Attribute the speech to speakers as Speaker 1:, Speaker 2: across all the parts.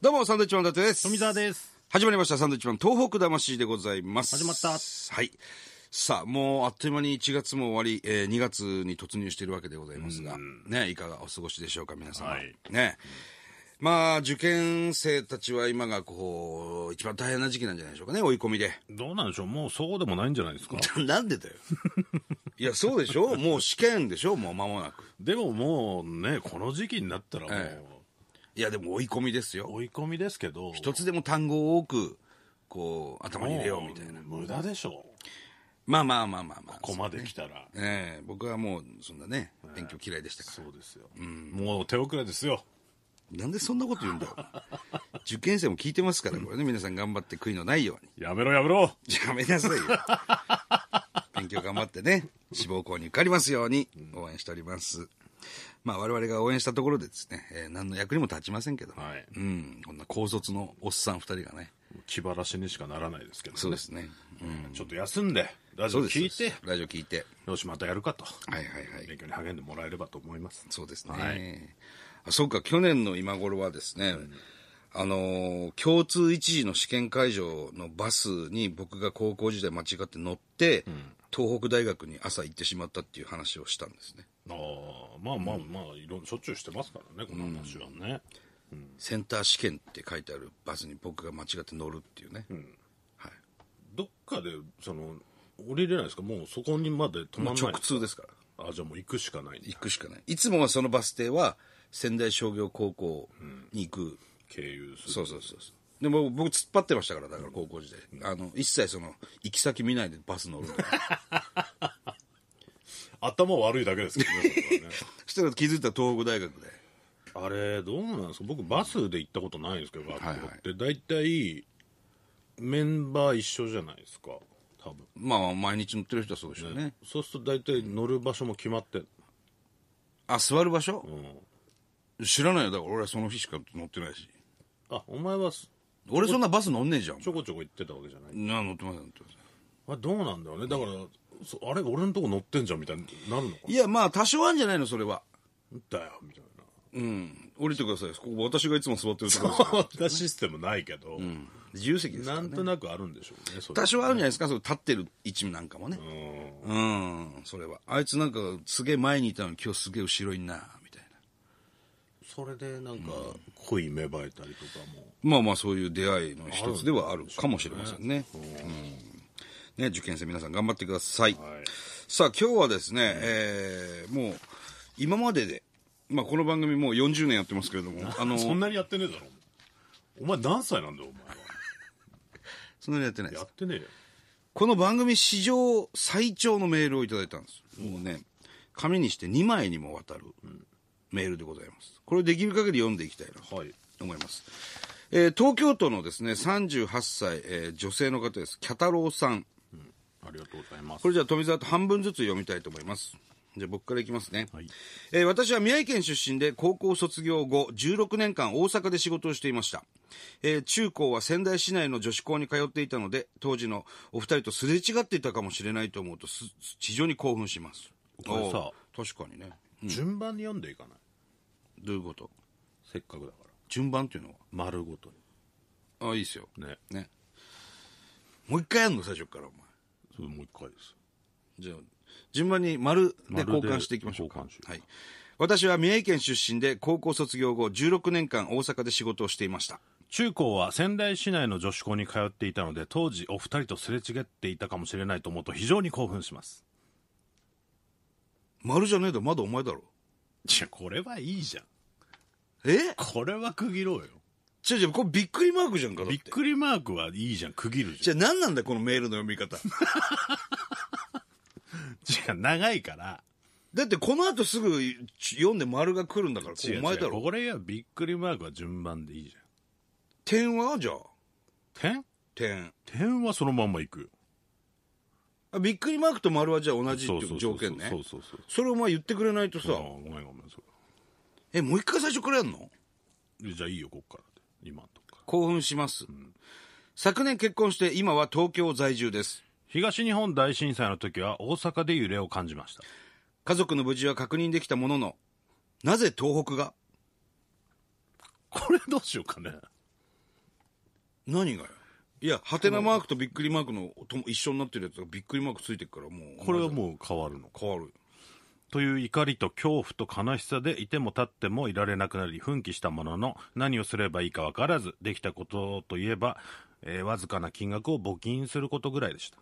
Speaker 1: どうも、サンドウィッチマン伊達です。
Speaker 2: 富澤です。
Speaker 1: 始まりました、サンドウィッチマン東北魂でございます。
Speaker 2: 始まった
Speaker 1: はい。さあ、もうあっという間に1月も終わり、えー、2月に突入しているわけでございますが、ね、いかがお過ごしでしょうか、皆様。
Speaker 2: はい
Speaker 1: ね。まあ、受験生たちは今がこう、一番大変な時期なんじゃないでしょうかね、追い込みで。
Speaker 2: どうなんでしょうもうそうでもないんじ ゃないですか
Speaker 1: なんでだよ。 いや、そうでしょもう試験でしょもう間もなく。
Speaker 2: でももうね、この時期になったらも
Speaker 1: え
Speaker 2: う、
Speaker 1: いや、でも追い込みですよ。
Speaker 2: 追い込みですけど、
Speaker 1: 一つでも単語を多く、こう、頭に
Speaker 2: も
Speaker 1: 入れようみたいな。
Speaker 2: 無駄でしょ
Speaker 1: まあまあまあまあまあ。
Speaker 2: ここまで来たら。
Speaker 1: ええ僕はもう、そんなね、勉強嫌いでしたから。
Speaker 2: そうですよ、もう手遅れですよ。
Speaker 1: なんでそんなこと言うんだよ。受験生も聞いてますから、これね、皆さん頑張って悔いのないように。
Speaker 2: やめろやめろ
Speaker 1: やめなさいよ。勉強頑張ってね、志望校に受かりますように応援しております。まあ、我々が応援したところでですね、えー何の役にも立ちませんけど、
Speaker 2: はい
Speaker 1: うん、こんな高卒のおっさん二人がね、
Speaker 2: 気晴らしにしかならないですけどね。
Speaker 1: そうですね。
Speaker 2: ちょっと休んで、ラジ
Speaker 1: そ
Speaker 2: オ
Speaker 1: うです
Speaker 2: 聞いて、
Speaker 1: ラジオ聞いて。
Speaker 2: よし、またやるかと。
Speaker 1: はいはいはい。
Speaker 2: 勉強に励んでもらえればと思います。
Speaker 1: そうですね。
Speaker 2: は
Speaker 1: あそうか、去年の今頃はですね、あのー共通一時の試験会場のバスに僕が高校時代間違って乗って、東北大学に朝行ってしまったっていう話をしたんですね。
Speaker 2: ああ、まあまあまあ、いろんしょっちゅうしてますからね、この話はね。
Speaker 1: センター試験って書いてあるバスに僕が間違って乗るっていうね。はい。
Speaker 2: どっかで、その、降りれないですかもうそこにまで止ま
Speaker 1: も
Speaker 2: ん
Speaker 1: う
Speaker 2: ない
Speaker 1: 直通ですから。
Speaker 2: あ、じゃあもう行くしかない、
Speaker 1: 行くしかない。いつもはそのバス停は仙台商業高校に行く。
Speaker 2: 経由する。
Speaker 1: そうそうそうそう。でも僕突っ張ってましたから、だから高校時代。あの、一切その、行き先見ないでバス乗る とか。
Speaker 2: 頭悪いだけですけどね、
Speaker 1: そしたら気づいたら東北大学で。
Speaker 2: そ れはねあれ、どうなんですか僕バスで行ったことないんですけど、学校
Speaker 1: はい
Speaker 2: って。大体、メンバー一緒じゃないですか。多分。
Speaker 1: まあ、毎日乗ってる人はそうでしょうね。
Speaker 2: そうすると大体乗る場所も決まってんの、
Speaker 1: あ、座る場所
Speaker 2: ん
Speaker 1: 知らないよ。だから俺はその日しか乗ってないし。
Speaker 2: あ、お前はす
Speaker 1: 俺そんなバス乗んねえじゃん。
Speaker 2: ちょこちょこ行ってたわけじゃない
Speaker 1: な乗ってません、乗ってません。
Speaker 2: あどうなんだろうね。だから、そあれ、俺のとこ乗ってんじゃんみたいになるのか
Speaker 1: いや、まあ、多少あるんじゃないの、それは。
Speaker 2: なだよ、みたいな。
Speaker 1: うん。降りてください。ここ私がいつも座ってるところですか
Speaker 2: そんなシステムないけど、
Speaker 1: ら自由席ですか
Speaker 2: な
Speaker 1: ら
Speaker 2: ん
Speaker 1: ね。
Speaker 2: となくあるんでしょうね、それ
Speaker 1: 多少あるんじゃないですか、その立ってる位置なんかもね。
Speaker 2: うん
Speaker 1: うん、それは。あいつなんか、すげえ前にいたのに今日すげえ後ろにな、みたいな。
Speaker 2: それでなんか恋芽生えたりとかも
Speaker 1: まあまあそういう出会いの一つではあるかもしれませんね。うんね受験生皆さん頑張ってください。
Speaker 2: はい
Speaker 1: さあ今日はですね、えーもう今までで、まあこの番組もう40年やってますけれども、あの、
Speaker 2: そんなにやってねえだろお前何歳なんだよお前は
Speaker 1: そんなにやってないで
Speaker 2: や
Speaker 1: す
Speaker 2: っ。てねえよ
Speaker 1: この番組史上最長のメールをいただいたんです。もうね、紙にして2枚にもわたるメールでございます。これできる限り読んでいきたいな。
Speaker 2: はい
Speaker 1: 思います。えー東京都のですね、38歳、えー女性の方です。キャタロウさん。
Speaker 2: ありがとうございます
Speaker 1: これじゃあ富澤と半分ずつ読みたいと思います。じゃあ僕からいきますね。
Speaker 2: はい
Speaker 1: えー私は宮城県出身で高校卒業後16年間大阪で仕事をしていました。えー中高は仙台市内の女子校に通っていたので、当時のお二人とすれ違っていたかもしれないと思うとす非常に興奮します。
Speaker 2: これさ
Speaker 1: おう確かにね。
Speaker 2: 順番に読んでいかない
Speaker 1: どういうこと
Speaker 2: せっかくだから
Speaker 1: 順番っていうの
Speaker 2: 丸ごと
Speaker 1: はあ、いいですよ。
Speaker 2: にね
Speaker 1: ね。もう一回やんの最初からお前。
Speaker 2: それもう一回です
Speaker 1: じゃあ、順番に丸で交換していきましょうか。
Speaker 2: 丸で交換しよう
Speaker 1: はい。私は宮城県出身で高校卒業後16年間大阪で仕事をしていました。
Speaker 2: 中高は仙台市内の女子校に通っていたので当時お二人とすれ違っていたかもしれないと思うと非常に興奮します
Speaker 1: 丸じゃねえだろ、まだお前だろ。
Speaker 2: いやこれはいいじゃん
Speaker 1: え
Speaker 2: これは区切ろうよ
Speaker 1: 違う違う、これびっくりマークじゃんか、だっ。
Speaker 2: びってくりマークはいいじゃん区切るじゃん
Speaker 1: じゃあ何なんだよこのメールの読み 方。
Speaker 2: 違う長 いから
Speaker 1: だってこの後すぐ読んで丸が来るんだから、これ
Speaker 2: 違う
Speaker 1: お前だ
Speaker 2: 違う
Speaker 1: ろ。
Speaker 2: これはびっくりマークは順番でいいじ
Speaker 1: 点はじゃあ。
Speaker 2: ゃ
Speaker 1: 点。
Speaker 2: ん点点はそのまんまいくよ
Speaker 1: あびっくりマークと丸はじゃあ同じって
Speaker 2: そう
Speaker 1: い
Speaker 2: そううそ
Speaker 1: 条
Speaker 2: うそう
Speaker 1: 件ね
Speaker 2: そ。うそうそう
Speaker 1: それお前言ってくれないとさ
Speaker 2: あ、ごめんごめんそ
Speaker 1: え、もう一回最初からやんの
Speaker 2: うじゃあいいよこっからで今のとこから
Speaker 1: 興奮します、昨年結婚して今は東京在住です
Speaker 2: 東日本大震災の時は大阪で揺れを感じました
Speaker 1: 家族の無事は確認できたもののなぜ東北が
Speaker 2: これどうしようかね
Speaker 1: 何がよいや、ハテナマークとびっくりマークのとも一緒になってるやつがびっくりマークついてるから、もう。
Speaker 2: これはもう変わるのか。
Speaker 1: 変わる。
Speaker 2: という怒りと恐怖と悲しさでいても立ってもいられなくなり奮起したものの何をすればいいか分からずできたことといえば、えーわずかな金額を募金することぐらいでした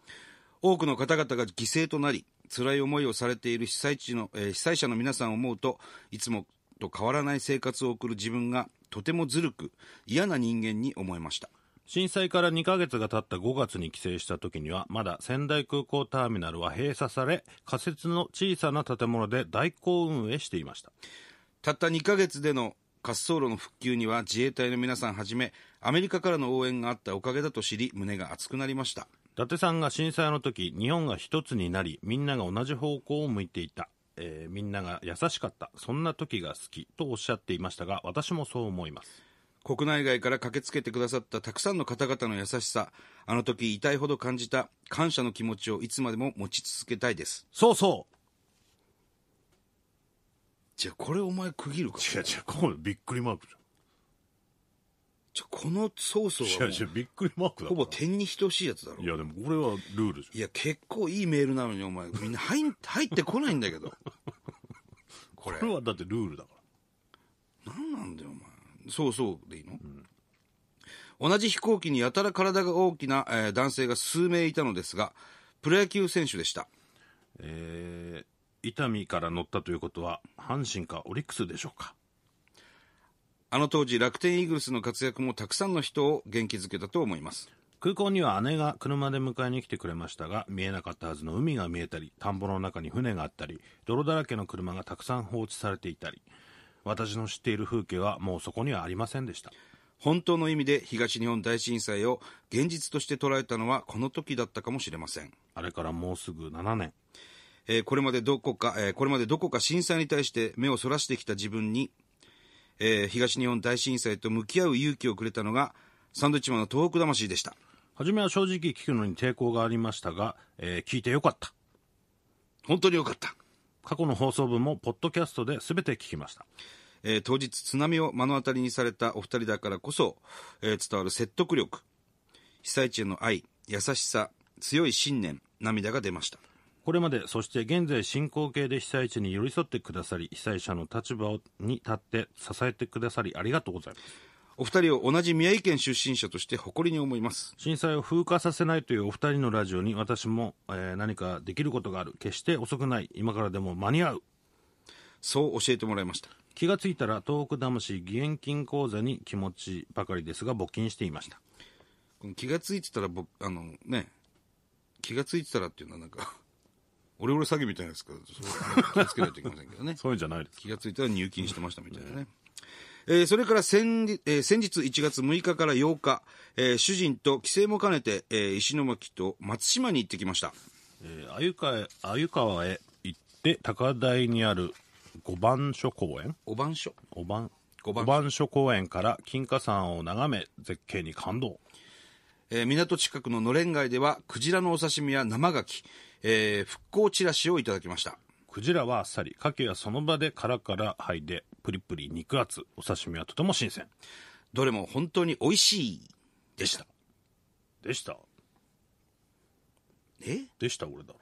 Speaker 1: 多くの方々が犠牲となり、辛い思いをされている被災地の、えー被災者の皆さんを思うと、いつもと変わらない生活を送る自分が、とてもずるく、嫌な人間に思いました。
Speaker 2: 震災から2ヶ月が経った5月に帰省した時にはまだ仙台空港ターミナルは閉鎖され仮設の小さな建物で代行運営していました
Speaker 1: たった2ヶ月での滑走路の復旧には自衛隊の皆さんはじめ、アメリカからの応援があったおかげだと知り、胸が熱くなりました。
Speaker 2: 伊達さんが震災の時日本が一つになりみんなが同じ方向を向いていた、えーみんなが優しかったそんな時が好きとおっしゃっていましたが私もそう思います
Speaker 1: 国内外から駆けつけてくださったたくさんの方々の優しさ、あの時痛いほど感じた感謝の気持ちをいつまでも持ち続けたいです。
Speaker 2: そうそう
Speaker 1: じゃあこれお前区切るか
Speaker 2: 違う違うこれびっくりマークじ
Speaker 1: じゃあこのソース
Speaker 2: ゃ
Speaker 1: は
Speaker 2: ん
Speaker 1: も
Speaker 2: 違う違うびっくりマーク
Speaker 1: う
Speaker 2: だ
Speaker 1: ほぼ
Speaker 2: か
Speaker 1: 点に等しいやつだろ
Speaker 2: らい。やでもこれはルールじゃん
Speaker 1: いや、結構いいメールなのにお前、みんな入ん入ってこないんだけど。これ
Speaker 2: こ。れはだってルールだか
Speaker 1: 何なんだよお前そうそうでいいの、同じ飛行機にやたら体が大きな、えー男性が数名いたのですがプロ野球選手でした
Speaker 2: らえー、伊丹から乗ったということは阪神かオリックスでしょうか
Speaker 1: あの当時楽天イーグルスの活躍もたくさんの人を元気づけたと思います
Speaker 2: 空港には姉が車で迎えに来てくれましたが見えなかったはずの海が見えたり田んぼの中に船があったり泥だらけの車がたくさん放置されていたり私の知っている風景はもうそこにはありませんでした
Speaker 1: 本当の意味で東日本大震災を現実として捉えたのはこの時だったかもしれません
Speaker 2: あれからもうすぐ7年
Speaker 1: えーこれまでどこか、えーこれまでどこか震災に対して目をそらしてきた自分に、えー東日本大震災と向き合う勇気をくれたのがサンドウィッチマンの東北魂でした
Speaker 2: 初めは正直聞くのに抵抗がありましたが、えー聞いてよかった
Speaker 1: 本当によかった
Speaker 2: 過去の放送分もポッドキャストで全て聞きました
Speaker 1: えー当日津波を目の当たりにされたお二人だからこそ、えー伝わる説得力被災地への愛優しさ強い信念涙が出ました
Speaker 2: これまでそして現在進行形で被災地に寄り添ってくださり被災者の立場をに立って支えてくださりありがとうございます
Speaker 1: お二人を同じ宮城県出身者として誇りに思います
Speaker 2: 震災を風化させないというお二人のラジオに私も、えー何かできることがある決して遅くない今からでも間に合う
Speaker 1: そう教えてもらいました
Speaker 2: 気がついたら東北魂義援金口座に気持ちばかりですが募金していました
Speaker 1: この気がついてたら僕あのね気がついてたらっていうのはなんか 俺俺詐欺みたいなですからそこは気をつけないといけませんけどね
Speaker 2: そういうんじゃないです
Speaker 1: 気がついたら入金してましたみたいなね。えーそれから先日,、えー先日1月6日から8日、えー主人と帰省も兼ねて、えー石巻と松島に行ってきました。
Speaker 2: えー鮎川へ鮎川へ行って高台にある五番所公園
Speaker 1: お番所。
Speaker 2: 五番
Speaker 1: 五番
Speaker 2: 所公園から金華山を眺め絶景に感動
Speaker 1: えー港近くののれん街では、クジラのお刺身や生牡蠣、えー復興チラシをいただきました。
Speaker 2: クジラはあっさり牡蠣はその場で殻から剥いでプリプリ肉厚お刺身はとても新鮮
Speaker 1: どれも本当に美味しいでした。
Speaker 2: でした
Speaker 1: え
Speaker 2: でした俺だろ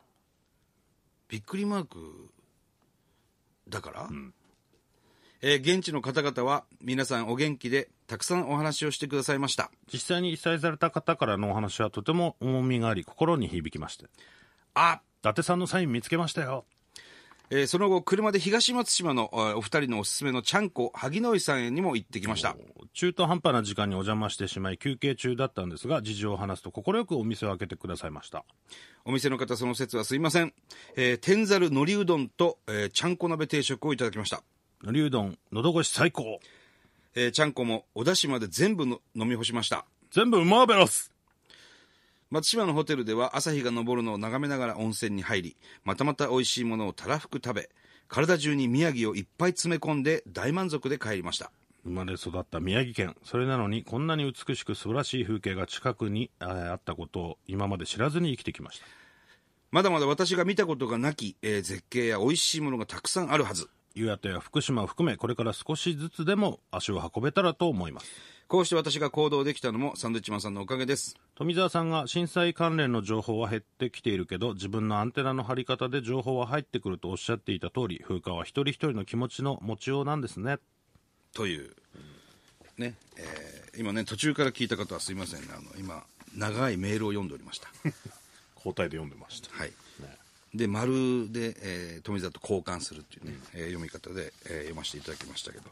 Speaker 1: びっくりマークだから、えー現地の方々は、皆さんお元気で、たくさんお話をしてくださいました。
Speaker 2: 実際に被災された方からのお話はとても重みがあり心に響きまして伊
Speaker 1: あ
Speaker 2: 達さんのサイン見つけましたよ
Speaker 1: えーその後、車で東松島のえーお二人のおすすめのちゃんこ、萩野井さんへにも行ってきました。
Speaker 2: 中途半端な時間にお邪魔してしまい休憩中だったんですが事情を話すと快くお店を開けてくださいました
Speaker 1: お店の方、その説はすいません。えー天ざるのりうどんと、えーちゃんこ鍋定食をいただきました。
Speaker 2: のりうどん喉越し最高
Speaker 1: えーちゃんこもお出汁まで全部の飲み干しました。
Speaker 2: 全部マーベラス
Speaker 1: 松島のホテルでは朝日が昇るのを眺めながら温泉に入り、またまた美味しいものをたらふく食べ、体中に宮城をいっぱい詰め込んで大満足で帰りました。
Speaker 2: 生まれ育った宮城県それなのにこんなに美しく素晴らしい風景が近くにえーあったことを今まで知らずに生きてきました
Speaker 1: まだまだ私が見たことがなき、えー絶景や美味しいものがたくさんあるはず。
Speaker 2: 岩手や福島を含めこれから少しずつでも足を運べたらと思います
Speaker 1: こうして私が行動できたのもサンドウィッチマンさんのおかげです。
Speaker 2: 富澤さんが震災関連の情報は減ってきているけど自分のアンテナの張り方で情報は入ってくるとおっしゃっていた通り風化は一人一人の気持ちの持ちようなんですね
Speaker 1: という、ね、えー今ね、途中から聞いた方はすいませんね、あの、今、長いメールを読んでおりました。
Speaker 2: 交代で読んでました
Speaker 1: はい。で、丸で、えー富澤と交換するっていうね、えー読み方で、えー読ませていただきましたけど、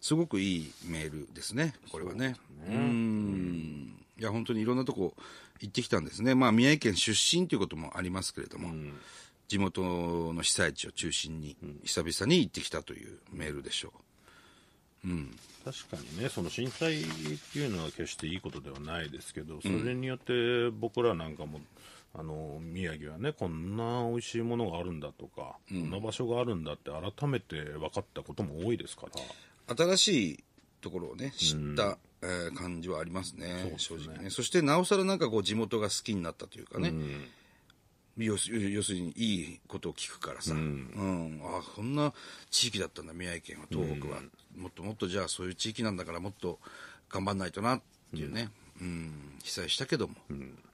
Speaker 1: すごくいいメールですね、これはね。うーん。いや、本当にいろんなとこ行ってきたんですね。まあ、宮城県出身ということもありますけれども、地元の被災地を中心に、久々に行ってきたというメールでしょう。
Speaker 2: 確かにねその震災っていうのは決していいことではないですけどそれによって僕らなんかも、あの宮城はねこんな美味しいものがあるんだとか、こんな場所があるんだって改めて分かったことも多いですから
Speaker 1: 新しいところをね知った、えー感じはありますね正直ねそしてなおさらなんかこう地元が好きになったというかね、要す要するにいいことを聞くからさ、うんあこんな地域だったんだ宮城県は東北は、もっともっとじゃあそういう地域なんだからもっと頑張んないとなっていうね、うん被災したけども、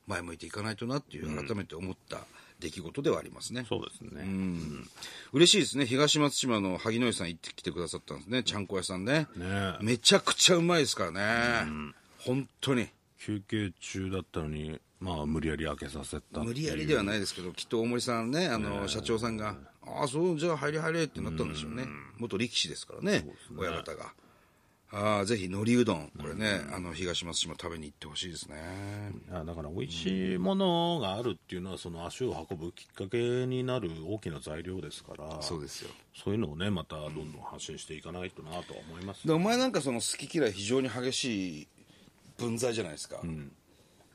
Speaker 1: 前向いていかないとなっていう改めて思った出来事ではありますね、
Speaker 2: そうですね、
Speaker 1: うん嬉しいですね東松島の萩野井さん行ってきてくださったんですねちゃんこ屋さんね
Speaker 2: ね
Speaker 1: めちゃくちゃうまいですからね、本当に
Speaker 2: 休憩中だったのにまあ無理やり開けさせた
Speaker 1: 無理やりではないですけどきっと大森さんねあの社長さんが「ああそうじゃあ入れ入れ」ってなったんでしょうね元力士ですからね親方がああぜひ海苔うどんこれね、あの東松島食べに行ってほしいですね
Speaker 2: いやだから美味しいものがあるっていうのはその足を運ぶきっかけになる大きな材料ですから
Speaker 1: すよ
Speaker 2: そういうのをねまたどんどん発信していかないとなとは思います
Speaker 1: でお前なんかその好き嫌い非常に激しい分際じゃないですか、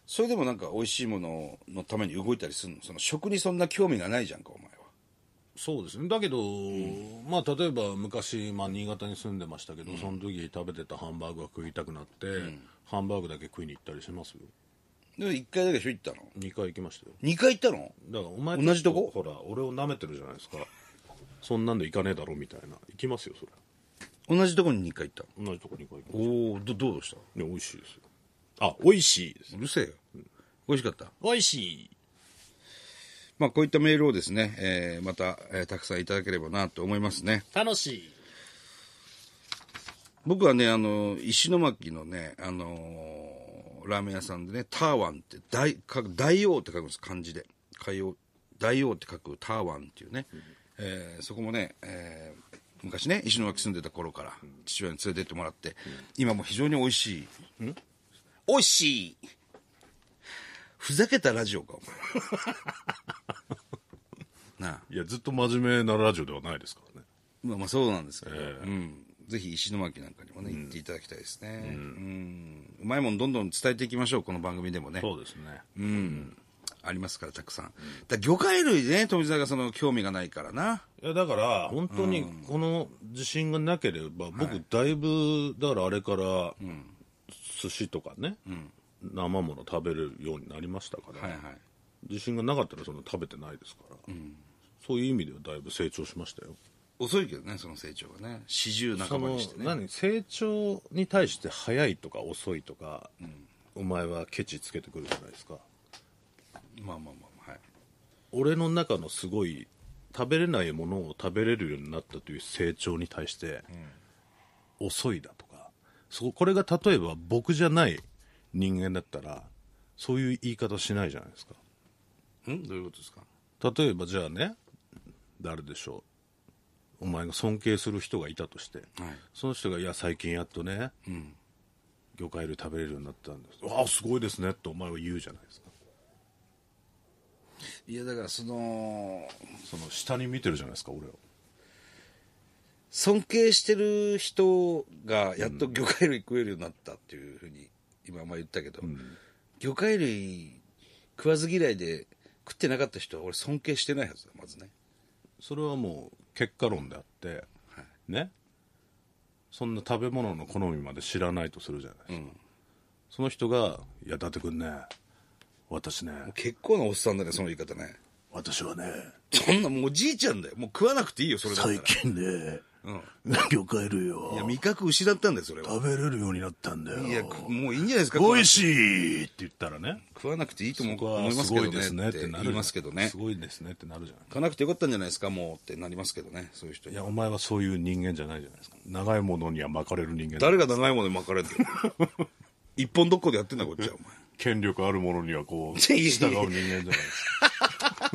Speaker 1: それでもなんか美味しいもののために動いたりするのその食にそんな興味がないじゃんかお前は
Speaker 2: そうですねだけど、まあ例えば昔、まあ、新潟に住んでましたけど、その時食べてたハンバーグが食いたくなって、ハンバーグだけ食いに行ったりしますよ
Speaker 1: でも1回だけでしょ行ったの
Speaker 2: 2回行きましたよ
Speaker 1: 2回行ったの
Speaker 2: だからお前
Speaker 1: 同じとこ
Speaker 2: ほら俺を舐めてるじゃないですかそんなんで行かねえだろみたいな行きますよそれ
Speaker 1: 同じとこに2回行った
Speaker 2: 同じとこ2回行き
Speaker 1: お
Speaker 2: ま
Speaker 1: おどどうでした
Speaker 2: すね美味しいですよあ美味しいです
Speaker 1: うるせえよ美味しかった
Speaker 2: 美味しい
Speaker 1: まあこういったメールをですね、えーまた、えーたくさんいただければなと思いますね
Speaker 2: 楽しい
Speaker 1: 僕はねあの石巻のねあのーラーメン屋さんでねターワンって大か大王って書くんです漢字で海王大王って書くターワンっていうね、えーそこもね、えー昔ね石巻住んでた頃から父親に連れてってもらって、今も非常に美味しい、美味しいふざけたラジオかお 前なあ
Speaker 2: いやずっと真面目なラジオではないですからね
Speaker 1: まあまあそうなんですけど、うん、ぜひ石巻なんかにもね、行っていただきたいですね、うんうまいもんどんどん伝えていきましょうこの番組でもね
Speaker 2: そうですね
Speaker 1: うんありますからたくさん、だ魚介類ね富澤がその興味がないからない
Speaker 2: やだから本当にこの自信がなければ、僕だいぶだからあれから寿司とかね、生もの食べれるようになりましたから、
Speaker 1: はいはい
Speaker 2: 自信がなかったらそんな食べてないですから、そういう意味ではだいぶ成長しましたよ
Speaker 1: 遅いけどねその成長がね四十
Speaker 2: そ
Speaker 1: 半ば
Speaker 2: の
Speaker 1: にしてね
Speaker 2: 何成長に対して早いとか遅いとか、お前はケチつけてくるじゃないですか
Speaker 1: まあまあまあはい
Speaker 2: 俺の中のすごい食べれないものを食べれるようになったという成長に対して、遅いだとかそうこれが例えば僕じゃない人間だったらそういう言い方しないじゃないですか
Speaker 1: うんどういうことですか
Speaker 2: 例えばじゃあね誰でしょうお前が尊敬する人がいたとして、
Speaker 1: はい
Speaker 2: その人が「いや最近やっとね、魚介類食べれるようになったんです」「ああすごいですね」ってお前は言うじゃないですか
Speaker 1: いやだからその
Speaker 2: その下に見てるじゃないですか俺を
Speaker 1: 尊敬してる人がやっと魚介類食えるようになったっていうふうに今まあ言ったけど、魚介類食わず嫌いで食ってなかった人は俺尊敬してないはずだまずね
Speaker 2: それはもう結果論であって、ねそんな食べ物の好みまで知らないとするじゃないですか、その人が「いや伊達君ね私ね
Speaker 1: 結構なおっさんだねその言い方ね
Speaker 2: 私はね
Speaker 1: そんなもうおじいちゃんだよもう食わなくていいよそれだったら
Speaker 2: 最近ね
Speaker 1: うん。
Speaker 2: 魚介類を
Speaker 1: いや、味覚失ったんだよ、それは。
Speaker 2: 食べれるようになったんだよ
Speaker 1: いや、くもういいんじゃないですか。
Speaker 2: 美味しいって言ったらね
Speaker 1: 食わなくていいと思
Speaker 2: 僕は
Speaker 1: 思いますすけ
Speaker 2: ご
Speaker 1: ど
Speaker 2: いですね
Speaker 1: ね。
Speaker 2: っ
Speaker 1: ってて
Speaker 2: な
Speaker 1: 言
Speaker 2: る
Speaker 1: いますけどね
Speaker 2: す。ごいですねってなるじゃない
Speaker 1: 行かなくてよかったんじゃないですか、もうってなりますけどね、そういう人
Speaker 2: い
Speaker 1: に。
Speaker 2: やお前はそういう人間じゃないじゃないですか長いものには巻かれる人間だ
Speaker 1: 誰が長いものに巻かれて る一本どっこでやってんだ、こっちは、お前。
Speaker 2: 権力あるものには こう
Speaker 1: いやいやいや
Speaker 2: 従う人間じゃないですか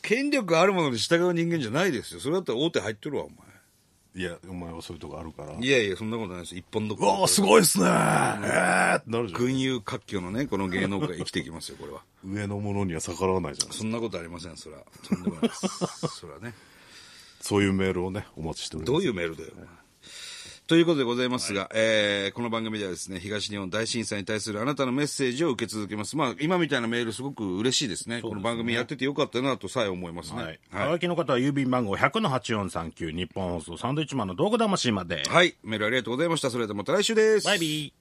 Speaker 1: 権力あるものに従う人間じゃないですよ。それだったら大手入ってるわ、お前。
Speaker 2: いやお前はそういうとこあるから
Speaker 1: いやいや、そんなことないです。一本どっ
Speaker 2: うわ
Speaker 1: こ
Speaker 2: あすごいっすねえーってなるじゃん
Speaker 1: 群雄割拠のね、この芸能界生きていきますよ、これは。
Speaker 2: 上のものには逆らわないじゃないですか
Speaker 1: そんなことありません、そら。とんでもないです。そらね。
Speaker 2: そういうメールをねお待ちしております
Speaker 1: どういうメールだよ。お前ということでございますが、えーこの番組ではですね、東日本大震災に対するあなたのメッセージを受け続けます。まあ、今みたいなメールすごく嬉しいですね。この番組やっててよかったなとさえ思いますね。
Speaker 2: はい。
Speaker 1: はい
Speaker 2: はがきの方は郵便番号100-8439日本放送サンドイッチマンの道具魂まで。
Speaker 1: はい。メールありがとうございました。それではまた来週です。
Speaker 2: バイビー。